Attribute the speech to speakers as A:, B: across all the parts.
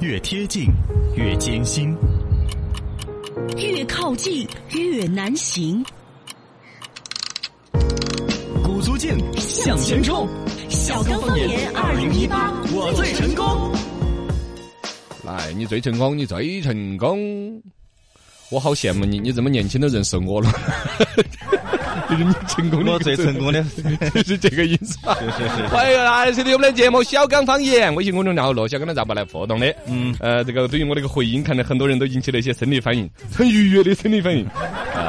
A: 越贴近越艰辛，
B: 越靠近越难行。
A: 鼓足劲向前冲，
B: 小刚方言二零一八，
A: 我最成功。
C: 来，哎你最成功，你最成功。我好羡慕你，你这么年轻的人是我了， 就是你成功的，
D: 我最成功的，
C: 就是这个意思。
D: 是是
C: 欢迎来收听我们的节目《小刚方言》，微信公众号“罗小刚”的咋不来互动的？嗯
D: 嗯，
C: 呃，这个对于我这个回音，看来很多人都引起了一些生理反应，很愉悦的生理反应。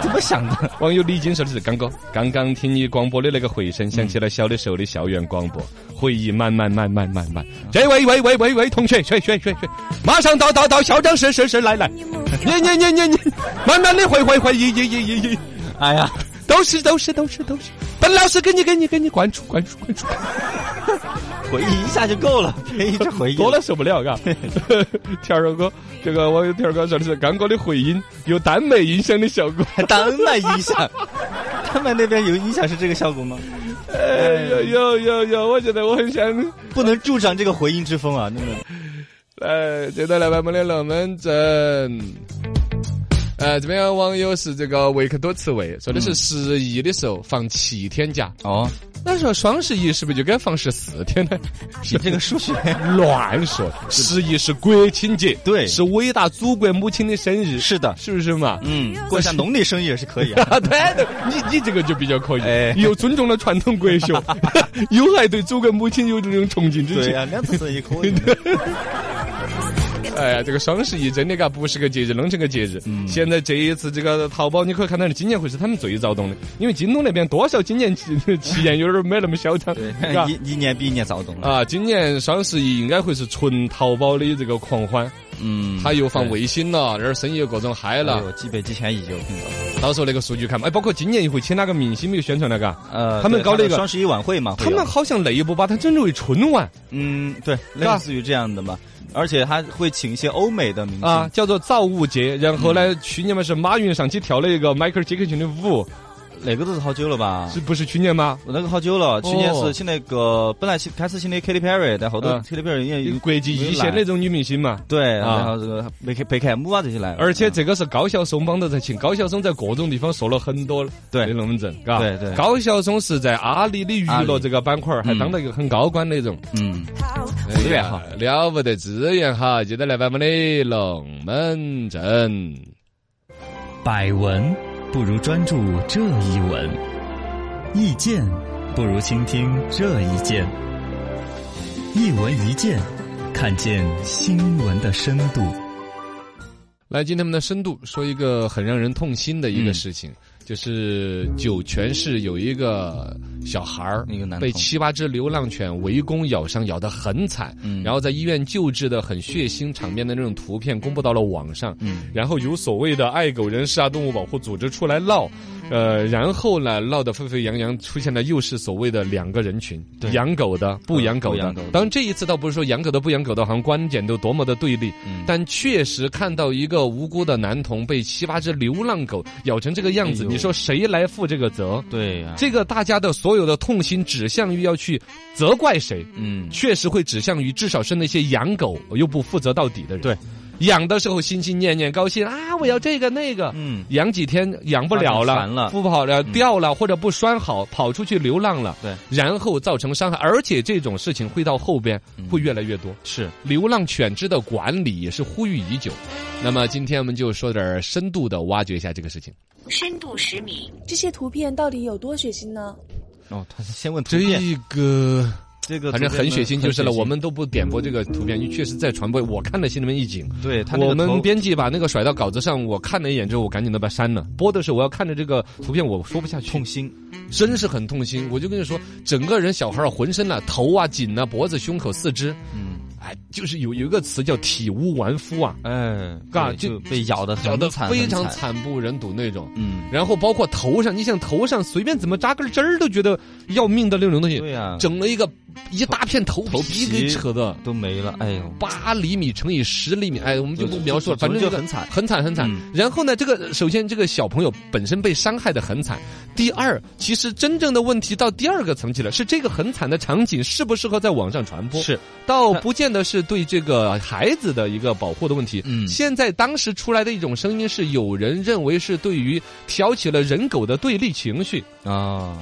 D: 怎么想的？
C: 网友李金说的是：“刚哥，刚刚听你广播的那个回声，想起了小的时候的校园广播，回忆满满满满满满。这位喂喂喂喂，同学，学学学学，马上到到到，校长室室室来来，你你你你你，慢慢的回回回，一一一一一，
D: 哎呀，
C: 都是都是都是都是，本老师给你给你给你灌输灌输灌输，
D: 回忆一下就够了，别一直回忆。
C: 多了受不了，嘎。天儿哥，这个网友天儿哥说的是：刚哥的回音有耽美音响的效果。”
D: 丹麦音 响，丹麦那边有音响是这个效果吗？
C: 哎呦呦呦呦，我觉得我很想。
D: 不能助长这个回音之风啊！真的，
C: 来，哎接着来吧，我们的龙门阵。呃，这边有网友是这个维克多茨维说的是十一的时候放七天假，
D: 哦，
C: 那时候双十一是不是就该放十四天 呢？
D: 你这个数学，
C: 乱说，十一是国庆节，
D: 对
C: 是伟大祖国母亲的生日，
D: 是的
C: 是不是嘛？
D: 嗯，过一下农历生日也是可以啊。
C: 啊， 对的，你你这个就比较可以，
D: 哎
C: 又尊重了传统国 学，又还对祖国母亲有这种崇敬之
D: 对
C: 情。
D: 呀、两次生也可以。啊
C: 哎呀，这个双十一真的嘎不是个节日，弄成个节日。
D: 嗯
C: 现在这一次这个淘宝，你可以看到今年会是他们最躁动的，因为京东那边多少今年 旗旗舰有点儿没那么嚣张，是吧
D: 对，？ 一一年比一年躁动了。
C: 啊，今年双十一应该会是纯淘宝的这个狂欢，
D: 嗯，
C: 他又放卫星了，这儿生意又各种嗨
D: 哎
C: 了
D: 呦，，几百几千亿就嗯
C: 到时候那个数据看嘛。哎，包括今年也会请哪个明星没有宣传那个，
D: 呃，
C: 他们
D: 对
C: 搞了一个
D: 双十一晚会嘛，会
C: 他们
D: 有
C: 好像内部把它整成为春晚
D: 嗯，对，类
C: 吧
D: 似于这样的嘛，而且还会请一些欧美的明星
C: 啊，叫做造物节。然后
D: 嗯
C: 呢，去年嘛是马云上去跳了一个迈克尔杰克逊的舞，
D: 哪个都是好久了吧？
C: 是不是去年吗？
D: 我那个好久了，去年
C: 哦
D: 是请那个本来请开始请的 Katy Perry，但后头
C: 嗯
D: Katy Perry 也
C: 一
D: 有
C: 个国际一线那种女明星嘛。
D: 对，
C: 啊
D: 然后这个贝克贝克汉姆啊这些来了，
C: 而且
D: 嗯
C: 这个是高晓松帮着在请，高晓松在各种地方说了很多
D: 对
C: 的龙门阵，嘎。
D: 对对
C: 高晓松是在阿里的娱
D: 阿
C: 乐
D: 里
C: 这个板块儿还当了一个很高官那种，
D: 嗯，
C: 资
D: 源好，
C: 了不得资源哈，接着来把我们的龙门阵。
E: 百闻不如专注这一闻，意见不如倾听这一见。一闻一见，看见新闻的深度。
C: 来，今天我们的深度说一个很让人痛心的一个事情，就是酒泉市有一个小孩儿
D: 一个男
C: 被
D: 童
C: 七八只流浪犬围攻咬伤，咬得很惨，
D: 嗯
C: 然后在医院救治的很血腥场面的那种图片公布到了网上，
D: 嗯
C: 然后有所谓的爱狗人士啊、动物保护组织出来闹，呃，然后呢闹得沸沸扬扬，出现了又是所谓的两个人群，
D: 对
C: 养狗的、不养狗
D: 不
C: 的
D: 养狗的。
C: 当然这一次倒不是说养狗的、不养狗的，好像观点都多么的对立，
D: 嗯
C: 但确实看到一个无辜的男童被七八只流浪狗咬成这个样子，
D: 哎呦
C: 你说谁来负这个责？
D: 对呀，
C: 这个大家的所有的痛心指向于要去责怪谁，
D: 嗯
C: 确实会指向于至少是那些养狗又不负责到底的人。
D: 对，
C: 养的时候心心念念高兴啊，我要这个那个。
D: 嗯，
C: 养几天养不了
D: 发
C: 了，
D: 现烦了嗯
C: 不跑了，掉了或者不拴好，跑出去流浪了，
D: 对，
C: 然后造成伤害，而且这种事情会到后边会越来越多。
D: 嗯是
C: 流浪犬只的管理也是呼吁已久。那么今天我们就说点儿深度的挖掘一下这个事情。
B: 深度十米，
F: 这些图片到底有多血腥呢？
D: 哦，他先问图
C: 这
D: 片，
C: 个
D: 这个
C: 反正
D: 图片
C: 很
D: 呢
C: 血腥就是了，
D: 很血腥
C: 我们都不点播这个图片，因为确实在传播。我看了心里面一紧，
D: 对他那
C: 我
D: 个
C: 们
D: 头
C: 编辑把那个甩到稿子上，我看了一眼之后，我赶紧的把它删了。播的时候我要看着这个图片，我说不下去
D: 痛，心，
C: 真是很痛心。我就跟你说，整个人小孩儿浑身啊，头啊、颈啊、脖子、胸口、四肢，
D: 嗯，
C: 哎，就是有有一个词叫体无完肤啊，
D: 哎，
C: 嘎
D: 对
C: 就
D: 就被咬的
C: 咬
D: 很
C: 得
D: 惨，
C: 非
D: 很
C: 常
D: 惨，
C: 惨不忍睹那种。
D: 嗯，
C: 然后包括头上，你想头上随便怎么扎根针儿都觉得要命的那种东西，
D: 对呀，
C: 整了一个一大片头
D: 头皮
C: 给扯的。
D: 都没了，哎呦，
C: 八厘米乘以十厘米，哎，我们就不描述了，反正
D: 呃就
C: 这个
D: 很惨
C: 很惨很惨。
D: 嗯
C: 然后呢，这个首先这个小朋友本身被伤害的很惨，第二，其实真正的问题到第二个层级了，是这个很惨的场景适不适合在网上传播？
D: 是
C: 倒不见的是对这个孩子的一个保护的问题。
D: 嗯
C: 现在当时出来的一种声音是，有人认为是对于挑起了人狗的对立情绪
D: 啊，
C: 啊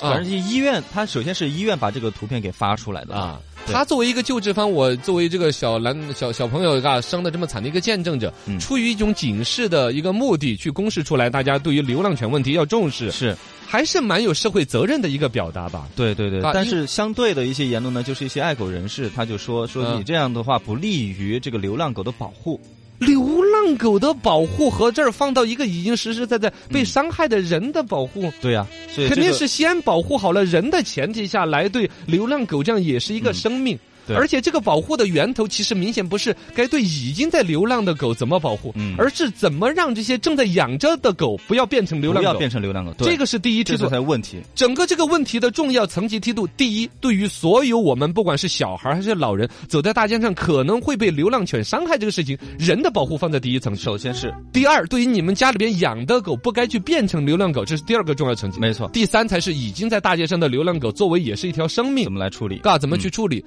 D: 反正医院，他首先是医院把这个图片给发出来的
C: 啊。
D: 对
C: 他作为一个救治方，我作为这个小男小小朋友啊，伤的这么惨的一个见证者，
D: 嗯
C: 出于一种警示的一个目的去公示出来，大家对于流浪犬问题要重视，
D: 是
C: 还是蛮有社会责任的一个表达吧。
D: 对对对
C: 啊，
D: 但
C: 因
D: 是相对的一些言论呢，就是一些爱狗人士，他就说说
C: 嗯
D: 你这样的话不利于这个流浪狗的保护。
C: 流浪狗的保护和这儿放到一个已经实实在在被伤害的人的保护，
D: 嗯对呀、所以
C: 肯
D: 这
C: 定
D: 个
C: 是先保护好了人的前提下来对流浪狗这样也是
D: 嗯
C: 一个生命。
D: 对
C: 而且这个保护的源头其实明显不是该对已经在流浪的狗怎么保护，
D: 嗯
C: 而是怎么让这些正在养着的狗不要变成流
D: 不
C: 浪
D: 要
C: 狗。
D: 变成流浪狗。对
C: 这个是第一
D: 这
C: 梯
D: 这
C: 度，
D: 才问题。
C: 整个这个问题的重要层级梯度，第一，对于所有我们不管是小孩还是老人，走在大街上可能会被流浪犬伤害这个事情，人的保护放在第一层次。
D: 首先是
C: 第二，对于你们家里边养的狗，不该去变成流浪狗，这是第二个重要层级。
D: 没错，
C: 第三才是已经在大街上的流浪狗，作为也是一条生命
D: 怎，么来处理？
C: 嘎，怎么去处理？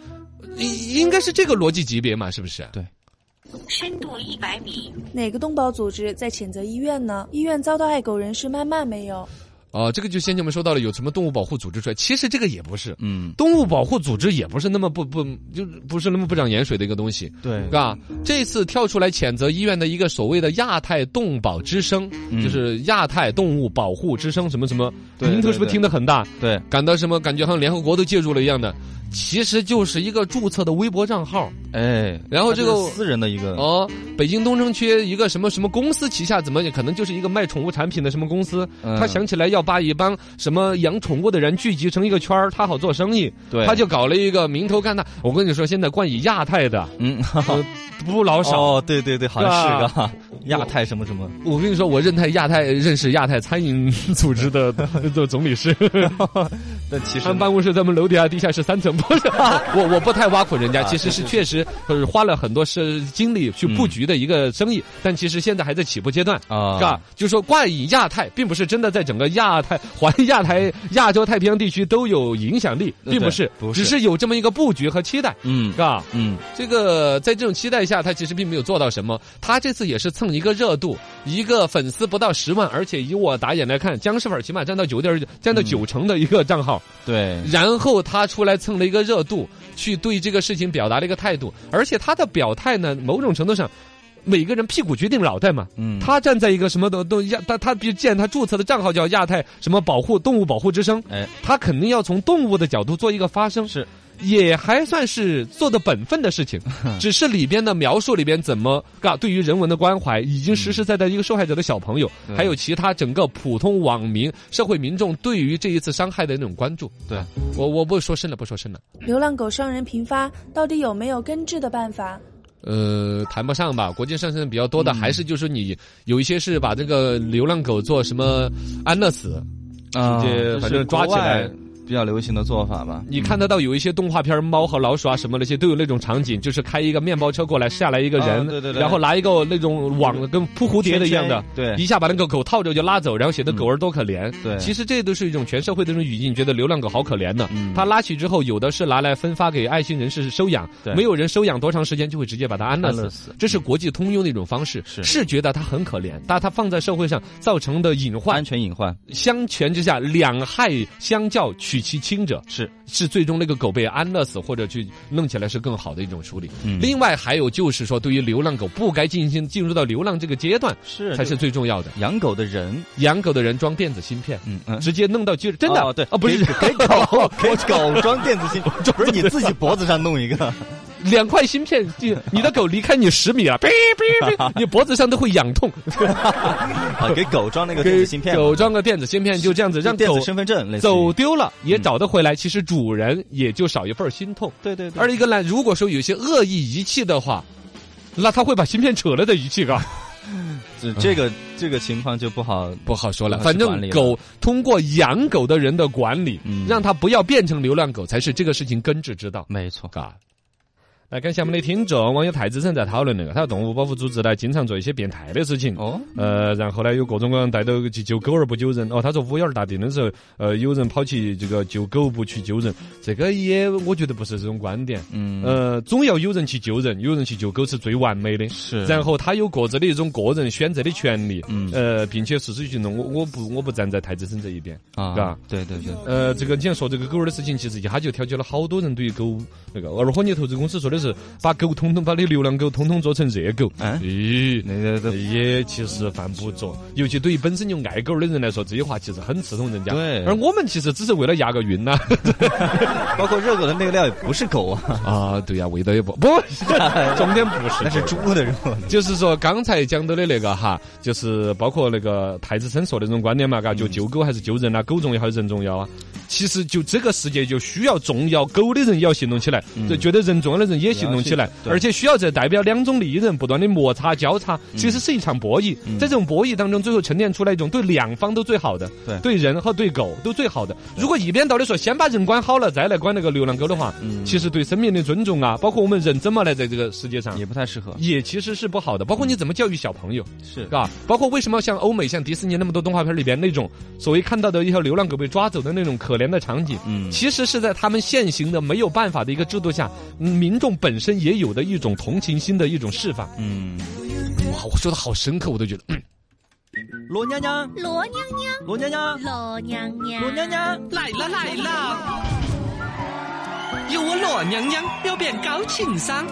C: 应应该是这个逻辑级别嘛，是不是？
B: 深度一百米，
F: 哪个动保组织在谴责医院呢？医院遭到爱狗人士谩骂没有？
C: 哦，这个就先前我们说到了有什么动物保护组织出来，其实这个也不是，
D: 嗯，
C: 动物保护组织也不是那么不不就不是那么不长眼水的一个东西。
D: 对
C: 啊，这次跳出来谴责医院的一个所谓的亚太动保之声，
D: 嗯
C: 就是亚太动物保护之声什么什么，
D: 对
C: 名头
D: 对
C: 是不是
D: 对
C: 听得很大？
D: 对，
C: 感到什么感觉好像联合国都介入了一样的，其实就是一个注册的微博账号
D: 哎，
C: 然后
D: 它
C: 这个
D: 是私人的一个，
C: 哦，北京东城区一个什么什么公司旗下怎么也可能就是一个卖宠物产品的什么公司，
D: 嗯
C: 他想起来要把一帮什么养宠物的人聚集成一个圈儿，他好做生意，
D: 对，
C: 他就搞了一个名头干大。我跟你说，现在冠以亚太的
D: 嗯，
C: 不老 少。啊
D: 哦，对对对，好像是个 哈亚太什么什么，
C: 我跟你说，我认太亚太 认识亚太餐饮组织 的的总理 事，
D: 但其实
C: 他们办公室在我们楼底下地下室三层， 不是我我不太挖苦人家，其啊实是嗯确实呃花了很多是精力去布局的一个生意，但其实现在还在起步阶段。
D: 啊，
C: 啊，就说冠以亚太，并不是真的在整个亚太、环亚太、亚洲太平洋地区都有影响力，
D: 对
C: 并不是，
D: 不是
C: 只是有这么一个布局和期待，
D: 嗯
C: 啊。
D: 嗯，
C: 这个在这种期待下，他其实并没有做到什么。他这次也是蹭一个热度，一个粉丝不到十万，而且以我打眼来看，僵尸粉起码占到九点占到九成的一个账号。
D: 对，
C: 然后他出来蹭了一个热度，去对这个事情表达了一个态度，而且他的表态呢，某种程度上，每个人屁股决定脑袋嘛。
D: 嗯，
C: 他站在一个什么的都亚，他他比既然他注册的账号叫亚太什么保护动物保护之声，
D: 哎，
C: 他肯定要从动物的角度做一个发声，
D: 是
C: 也还算是做的本分的事 情，只是里边的描述里边怎么嘎对于人文的关怀，已经实实在在一个受害者的小朋友，
D: 对
C: 还有其他整个普通网民、社会民众对于这一次伤害的那种关注。
D: 对
C: 啊我我不说深了，不说深了。
F: 流浪狗伤人频发，到底有没有根治的办法？
C: 呃，谈不上吧。国际上升比较多的，还是就是你有一些是把这个流浪狗做什么安乐死，
D: 啊
C: 直接
D: 这是
C: 反正抓起
D: 国
C: 来
D: 外比较流行的做法吧，嗯
C: 你看得到有一些动画片儿，猫和老鼠啊什么那些都有那种场景，就是开一个面包车过来，下来一个人，
D: 啊对对对
C: 然后拿一个那种网跟扑蝴蝶的一样的。
D: 圈圈，
C: 一
D: 对，
C: 下把那个狗套着就拉走，然后显得
D: 嗯
C: 狗儿多可怜。
D: 对
C: 其实这都是一种全社会的这种语境，觉得流浪狗好可怜呢。
D: 嗯
C: 它拉起之后，有的是拿来分发给爱心人士收养，
D: 对
C: 没有人收养多长时间，就会直接把它安乐
D: 安乐
C: 死
D: 死。
C: 这是国际通用的一种方式，
D: 是
C: 觉得它很可怜，但它放在社会上造成的隐患
D: 安全隐患
C: 相权之下，两害相较取其轻者，
D: 是
C: 是最终那个狗被安乐死或者去弄起来是更好的一种处理。
D: 嗯
C: 另外还有就是说，对于流浪狗不该进行进入到流浪这个阶段，
D: 是
C: 才是
D: 就
C: 最重要的。
D: 养狗的人，
C: 养狗的人装电子芯片，
D: 嗯嗯。
C: 直接弄到就真的、
D: 哦对
C: 啊，不是
D: 给给狗给狗装电子芯，不是你自己脖子上弄一 个，
C: 两块芯片进你的狗离开你十米 了，哔哔哔，你脖子上都会痒痛。
D: 啊，给狗装那个电
C: 给
D: 子芯片嘛，
C: 狗装个电子芯片，就这样子让
D: 电
C: 狗
D: 子身份证类似于
C: 走，丢了也
D: 嗯
C: 找得回来，其实主人也就少一份心痛。
D: 对对对，
C: 而一个呢，如果说有些恶意遗弃的话，那他会把芯片扯了再遗弃噶，
D: 这这个这个情况就不好，
C: 不好说了。
D: 不好
C: 反
D: 去管
C: 正
D: 理了
C: 狗通过养狗的人的管理，
D: 嗯
C: 让它不要变成流浪狗，才是这个事情根治之道。
D: 没错，
C: 嘎，来感谢我们的听众网友太子生在讨论那个，他说动物保护组织呢经常做一些变态的事情。
D: 哦，
C: 呃，然后呢，有各种各样带到去救狗而不救人。哦，他说五眼儿大定的时候，呃，有人跑去这个救狗不去救人，这个也我觉得不是这种观点。
D: 嗯
C: 呃，总要有人去救人，有人去救狗是最完美的。
D: 是
C: 然后他有各自的一种个人选择的权利。
D: 嗯
C: 呃，并且实施行动，我我不我不站在太子生这一边。
D: 啊
C: 嘎，
D: 对对对，
C: 呃，这个你像说这个狗儿的事情，其实一下就挑起了好多人对于狗那个。而火箭投资公司说的是，把狗通通把你流浪狗通通做成热狗。
D: 嗯
C: 咦、
D: 那个都
C: 也其实犯不着，尤其对于本身就爱狗儿的人来说，这些话其实很刺痛人家。
D: 对
C: 而我们其实只是为了押个韵呐、
D: 包括热狗的那个料也不是狗 啊，
C: 啊。对呀、味道也不不，重点不是
D: 那是
C: 这个
D: 猪的肉。
C: 就是说刚才讲到的那个哈，就是包括那个太子生说的那种观点嘛，嘎，就救狗还是救人啊，狗重要还是人重要啊？其实就这个世界就需要重要狗的人也要行动起来，就觉得人重要的人也行动起来
D: 也要嗯去，对
C: 而且需要这代表两种利益人不断的摩擦交叉，
D: 嗯
C: 其实是一场博弈。在这种博弈当中，最后沉淀出来一种对两方都最好的，
D: 对
C: 对人和对狗都最好的。如果一边倒的说先把人管好了，再来管那个流浪狗的话，
D: 嗯
C: 其实对生命的尊重啊，包括我们人怎么来在这个世界上
D: 也不太适合，
C: 也其实是不好的，包括你怎么教育小朋友，
D: 是
C: 是吧？包括为什么像欧美、像迪士尼那么多动画片里边那种所谓看到的一条流浪狗被抓走的那种可怜的场景，
D: 嗯
C: 其实是在他们现行的没有办法的一个制度下，嗯民众本身也有的一种同情心的一种释放。
D: 嗯，
C: 哇，我说的好深刻，我都觉得，嗯
D: 罗娘娘，
B: 罗娘娘，
D: 罗娘娘，
B: 罗娘娘，
G: 罗娘娘来啦来啦！有我罗娘娘要变高情商。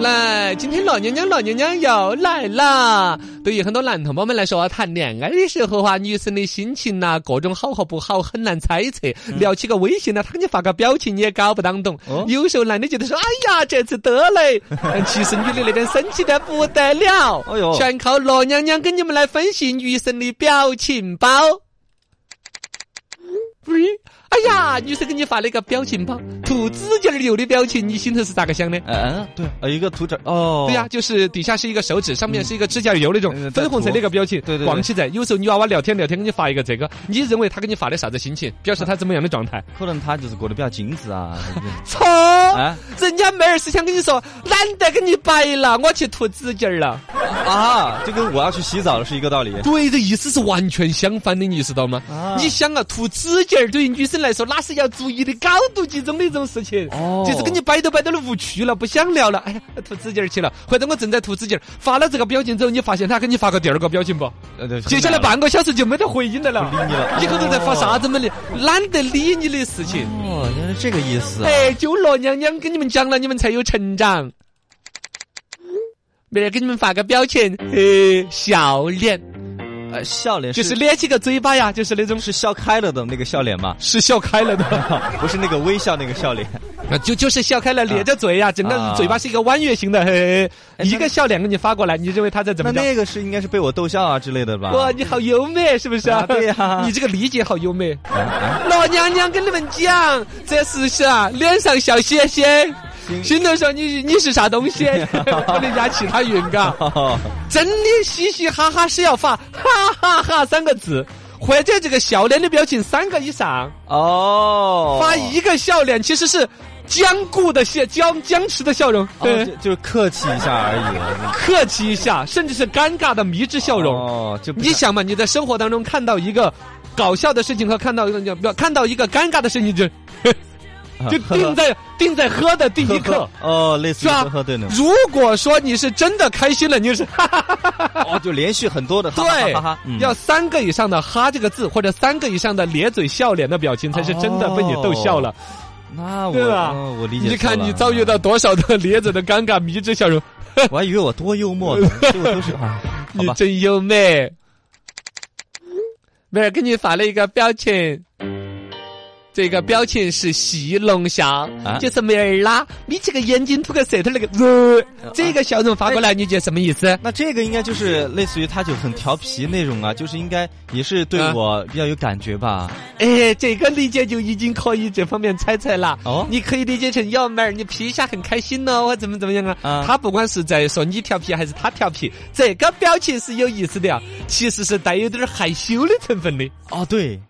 C: 来，今天老娘娘、老娘娘又来啦！对于很多男同胞们来说啊，谈恋爱的时候啊，女生的心情呐、各种好和不好很难猜测。聊起个微信呢、他给你发个表情，你也搞不当懂。有时候男的觉得说：“哎呀，这次得嘞！”但其实女的那边生气的不得了。
D: 哎呦
C: 全靠老娘娘跟你们来分析女生的表情包。喂，哎呀，女生给你发了一个表情包，吐指甲油的表情，你心头是咋个想的？
D: 嗯，对，呃，一个图纸，哦，
C: 对呀、，就是底下是一个手指，上面是一个指甲油那种
D: 嗯
C: 粉红色那个表情，
D: 对对对
C: 广起在。有时候女娃娃聊天聊天，给你发一个这个，你认为她给你发的啥子心情？表示她怎么样的状态？
D: 可能他就是过得比较精致 啊，对不对
C: 错，
D: 啊
C: 人家妹儿是想跟你说，懒得跟你摆了，我去涂指甲了。
D: 啊，就跟我要去洗澡是一个道理。
C: 对的意思是完全相反的，你知道吗？你想啊，涂指甲对于女生来说，那是要注意的高度集中的一种事情。
D: 哦
C: 就是跟你摆都摆到了无趣了，不想聊了，哎呀，涂指甲去了。或者我正在涂指甲，发了这个表情之后，你发现他给你发个第二个表情不？
D: 呃对
C: 接下来半个小时就没得回音的了，
D: 不理你了
C: 以后头在发啥子么的，懒得理你的事情。
D: 哦，原来这个意思啊。
C: 哎，就罗娘娘跟你们讲了，你们才有成长。明儿给你们发个表情，嘿，笑脸，
D: 呃，笑脸
C: 就是咧起个嘴巴呀，就是那种
D: 是笑开了的那个笑脸 嘛，
C: 是笑开了的，
D: 不是那个微笑那个笑脸。
C: 啊就就是笑开了，咧着嘴呀，整个
D: 啊
C: 嘴巴是一个弯月形的，嘿，
D: 哎
C: 一个笑脸给你发过来，你认为他在怎
D: 那
C: 么着？
D: 那个是应该是被我逗笑啊之类的吧？
C: 哇，你好优美，是不是啊？
D: 啊对呀
C: 你这个理解好优美。
D: 哎哎
C: 老娘娘跟你们讲，这是啥？脸上笑嘻嘻，心头说你你是啥东西？ 我人家其他云嘎，
D: 哦
C: 真的嘻嘻哈哈是要发哈哈哈三个字。或者这个笑脸的表情三个以上，
D: 哦，
C: 发一个笑脸其实是僵固的笑，僵僵持的笑容，
D: 哦，
C: 对
D: 就，就是客气一下而已。啊
C: 客气一下，甚至是尴尬的迷之笑容。
D: 哦，就不
C: 你想嘛，你在生活当中看到一个搞笑的事情和看到一个不看到一个尴尬的事情就，
D: 啊
C: 就定在定在喝的第一刻。
D: 哦，类似
C: 是
D: 于
C: 吧
D: 呵呵对呢？
C: 如果说你是真的开心了，你就是 哈哈哈哈哈。
D: 哦，就连续很多的哈哈哈
C: 对
D: 哈哈，嗯，
C: 要三个以上的“哈”这个字，或者三个以上的咧嘴笑脸的表情，才是真的被你逗笑了，
D: 那我
C: 对吧
D: 哦我理解。
C: 你看你遭遇，到多少的咧嘴的尴尬、迷之笑容，
D: 嗯我还以为我多幽默 呢，结果都是啊，好
C: 你
D: 吧。
C: 真优美。妹儿给你发了一个表情，这个表情是戏弄笑，
D: 啊
C: 就是妹儿啦，眯起个眼睛，吐个舌头那个，
D: 啊
C: 呃、这个笑容发过来，你觉得什么意思？
D: 那这个应该就是类似于他就很调皮那种啊，就是应该也是对
C: 啊
D: 我比较有感觉吧？
C: 哎，这个理解就已经可以这方面猜测了。
D: 哦
C: 你可以理解成哟，妹儿，你皮一下很开心哦，或怎么怎么样啊？
D: 啊
C: 他不管是在说你调皮还是他调皮，这个表情是有意思的啊，其实是带有点儿害羞的成分的。
D: 哦，对，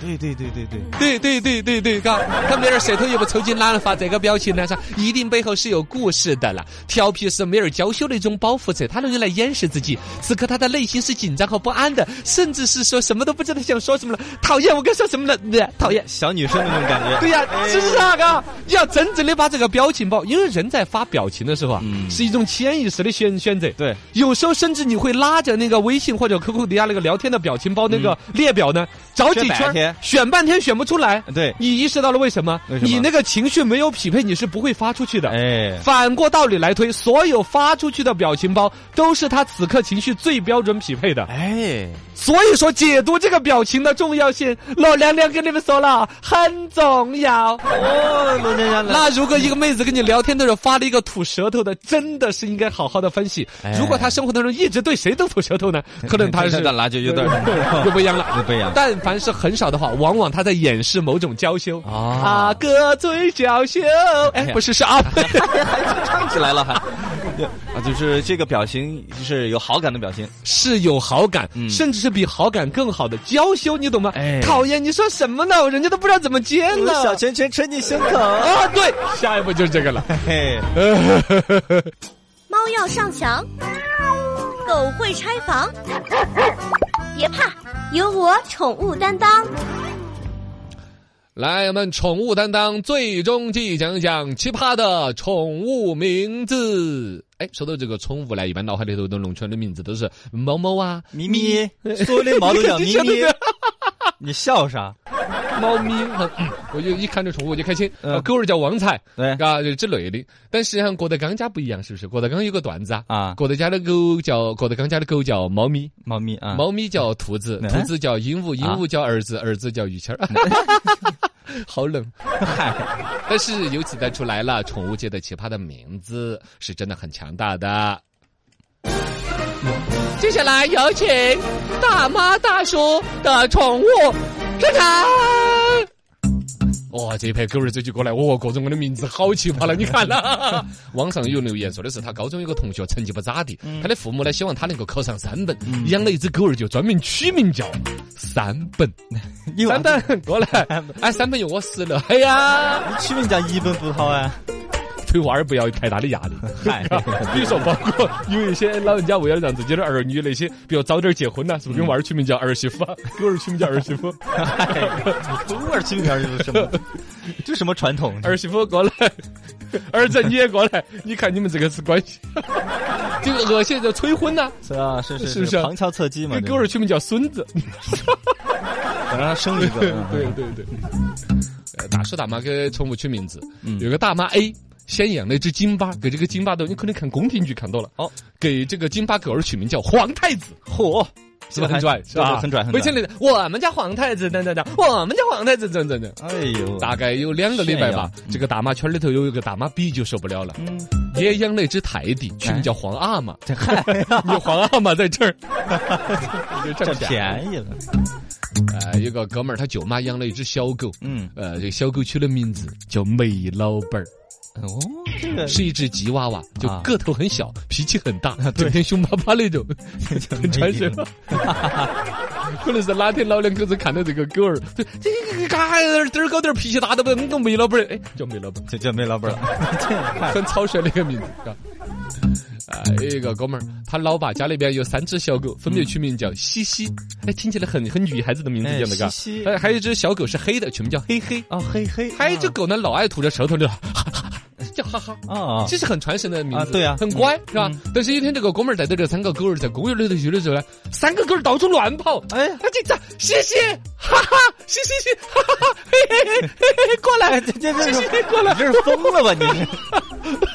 D: 对对对对对，
C: 对对对对对，嘎，他们那点舌头也不抽筋拉了发这个表情呢，啥一定背后是有故事的啦。调皮是没人娇羞的一种保护色，他能用来掩饰自己。此刻他的内心是紧张和不安的，甚至是说什么都不知道想说什么了。讨厌，我该说什么了？呃讨厌。
D: 哎小女生那种感 觉。
C: 对呀、是不是啊？嘎，要真正的把这个表情包，因为人在发表情的时候啊，是一种潜意识的选选择。
D: 嗯对，
C: 有时候甚至你会拉着那个微信或者 QQ 底下那个聊天的表情包那个列表呢，找
D: 嗯
C: 几
D: 选半
C: 圈
D: 天，
C: 选半天选不出来。
D: 对
C: 你意识到了为什么？
D: 为什么
C: 你那个情绪没有匹配，你是不会发出去的。
D: 哎，
C: 反过道理来推，所有发出去的表情包都是他此刻情绪最标准匹配的。
D: 哎，
C: 所以说，解读这个表情的重要性，老娘娘跟你们说了，很重要。
D: 哦，罗珊珊来，
C: 那如果一个妹子跟你聊天的时候发了一个吐舌头的，真的是应该好好的分析。如果她生活当中一直对谁都吐舌 头呢，可能她是
D: 那那就有点儿
C: 就不一样了，
D: 就不一样
C: 但凡是很少的话，往往她在掩饰某种娇羞。啊，哥最娇羞，哎，不是是阿佩。
D: 唱起来了还。 啊，就是这个表情是有好感的表情，
C: 是有好感，甚至是比好感更好的娇羞，你懂吗？讨厌，你说什么呢？人家都不知道怎么接呢。
D: 拳拳捶你胸口。
C: 啊，对，下一步就是这个了。
D: 嘿，
B: 猫要上墙，狗会拆房，别怕，有我宠物担当。
C: 来，我们宠物担当最终季讲讲奇葩的宠物名字。哎，说到这个宠物呢，一般脑海里头都笼圈的名字都是猫猫啊、
D: 咪咪，所有的毛都叫咪咪， 你笑啥？
C: 猫咪很，嗯我就一看这宠物我就开心。
D: 嗯
C: 呃狗儿叫旺财，
D: 对
C: 啊，就之类的。但实际上，郭德纲家不一样，是不是？郭德纲有个段子啊，
D: 啊
C: 郭德家的狗叫郭德纲家的狗叫猫咪，
D: 猫咪啊，
C: 猫咪叫兔子，
D: 嗯
C: 兔子叫鹦鹉，鹦鹉叫儿子，儿子叫于谦儿。
D: 嗯
C: 好冷，但是由此带出来了，宠物界的奇葩的名字是真的很强大的。接下来有请大妈大叔的宠物上场。哦哇、这一排狗儿追就过来，哦，各种各的名字好奇葩了，你看啦。 网上有留言说的是，他高中有个同学成绩不咋地，他的父母呢希望他能够考上三本，养了一只狗儿就专门取名叫三本。
D: 你
C: 三本过来，哎，三本又我死了，哎呀，
D: 取名叫一本葡萄 啊，
C: 对娃儿不要有太大的压 力。
D: 嗨，
C: 比如说，包括有一些老人家为了让自己的儿女那些，比如早点结婚呐、是不是跟娃儿取名叫儿媳妇啊？给娃儿取名叫儿媳妇，
D: 中文起名儿就是什 么？这什么传统？
C: 儿媳妇过来，儿子你也过来，你看你们这个是关系，这个恶心就催婚呐、
D: 是啊，是
C: 是不是啊
D: 旁敲侧击嘛
C: 给，狗儿取名叫孙子，
D: 想让他生一个。
C: 对对对。呃大叔大妈给宠物取名字，有个大妈 A 先养了一只金巴，给这个金巴的，你可能看宫廷剧看多了，
D: 哦，
C: 给这个金巴狗儿取名叫皇太子。
D: 嚯，
C: 是不是很拽？是吧？
D: 很拽，很
C: 回去
D: 拽。
C: 了，我们家皇太子等等等，我们家皇太子等等等。
D: 哎呦，
C: 大概有两个礼拜吧，这个大妈圈里头有一个大妈逼就受不了了，也养了一只泰迪，取名叫皇阿玛。有皇阿玛在这儿，你就
D: 占
C: 占宜。
D: 便宜了。
C: 呃，有个哥们儿他舅妈养了一只小狗，
D: 嗯，
C: 呃，这个小狗取的名字叫梅老板儿，
D: 哦，这个
C: 是一只吉娃娃，就
D: 啊
C: 个头很小，脾气很大，整天凶巴巴那种。很传神。可能是哪天老两口子看到这个狗儿，这这个嘎嘚儿高点儿脾气大的不，你个梅老板儿，哎，叫梅老板
D: 就叫梅老板了。
C: 儿， 很草率的一个名字，嘎。啊，有一个哥们儿，他老爸家里边有三只小狗，分别取名叫西西，哎，听起来很很女孩子的名字一样的，
D: 嗯
C: 嘎
D: 哎。西西
C: 哎，还有一只小狗是黑的，取名叫黑黑。
D: 哦，嘿嘿，
C: 还有一只狗呢，老爱吐着舌头的，哈哈哈， 叫哈哈。
D: 啊，
C: 这是很传神的名字，
D: 啊对啊
C: 很乖，是吧？但是有一天，这个哥们儿带着这三个狗儿在公园里头去的时候呢，三个狗儿到处乱跑，哎，他就叫西西，哈哈，西西西，哈哈哈，嘿嘿嘿嘿嘿，过来，
D: 哎这这这
C: 西西西过来
D: 你，这是疯了吧你 是？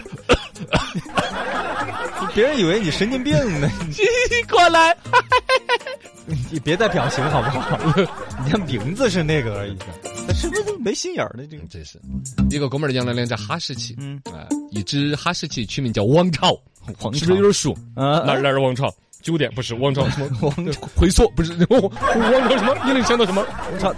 D: 别人以为你神经病呢，
C: 西西西过来，
D: 你别带表情好不好？ 你看名字是那个而已，那是不是没心眼儿的这个？
C: 真嗯是一个哥们儿养了两只哈士奇，
D: 嗯
C: 啊，一只哈士奇取名叫王 朝，
D: 王
C: 是不是有点熟？
D: 啊
C: 哪儿哪儿王朝？九点不是王朝什么？王 回缩不是 王朝什么？你能想到什么？
D: 我操，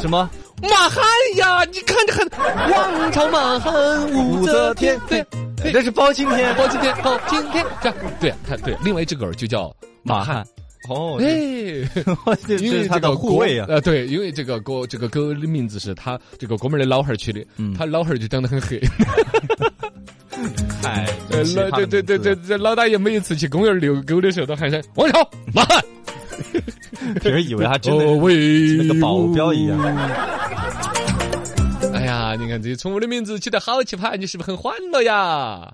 D: 什么？
C: 马汉呀，你看着很，王朝马汉武则天，哎对，对
D: 这是包青天。
C: 啊包青天，包青天，这样对，看对，另外一只狗儿就叫马汉，
D: 哦，
C: 哎，
D: 我 这
C: 因为
D: 是他的
C: 个
D: 护卫
C: 呀
D: 啊，，
C: 呃，对，因为这个歌这个歌的名字是他这个哥们儿的老汉儿取的，他老汉儿就长得很黑。
D: 哎，
C: 呃，
D: 奇葩
C: 老
D: 的
C: 这这这
D: 名字
C: 这这老大爷每一次去公园遛狗的时候，都喊声王小马汉，
D: 别人以为他真的
C: 哦
D: 是
C: 喂
D: 那个保镖一样。
C: 哎呀，你看这些宠物的名字起得好奇葩，你是不是很欢乐呀？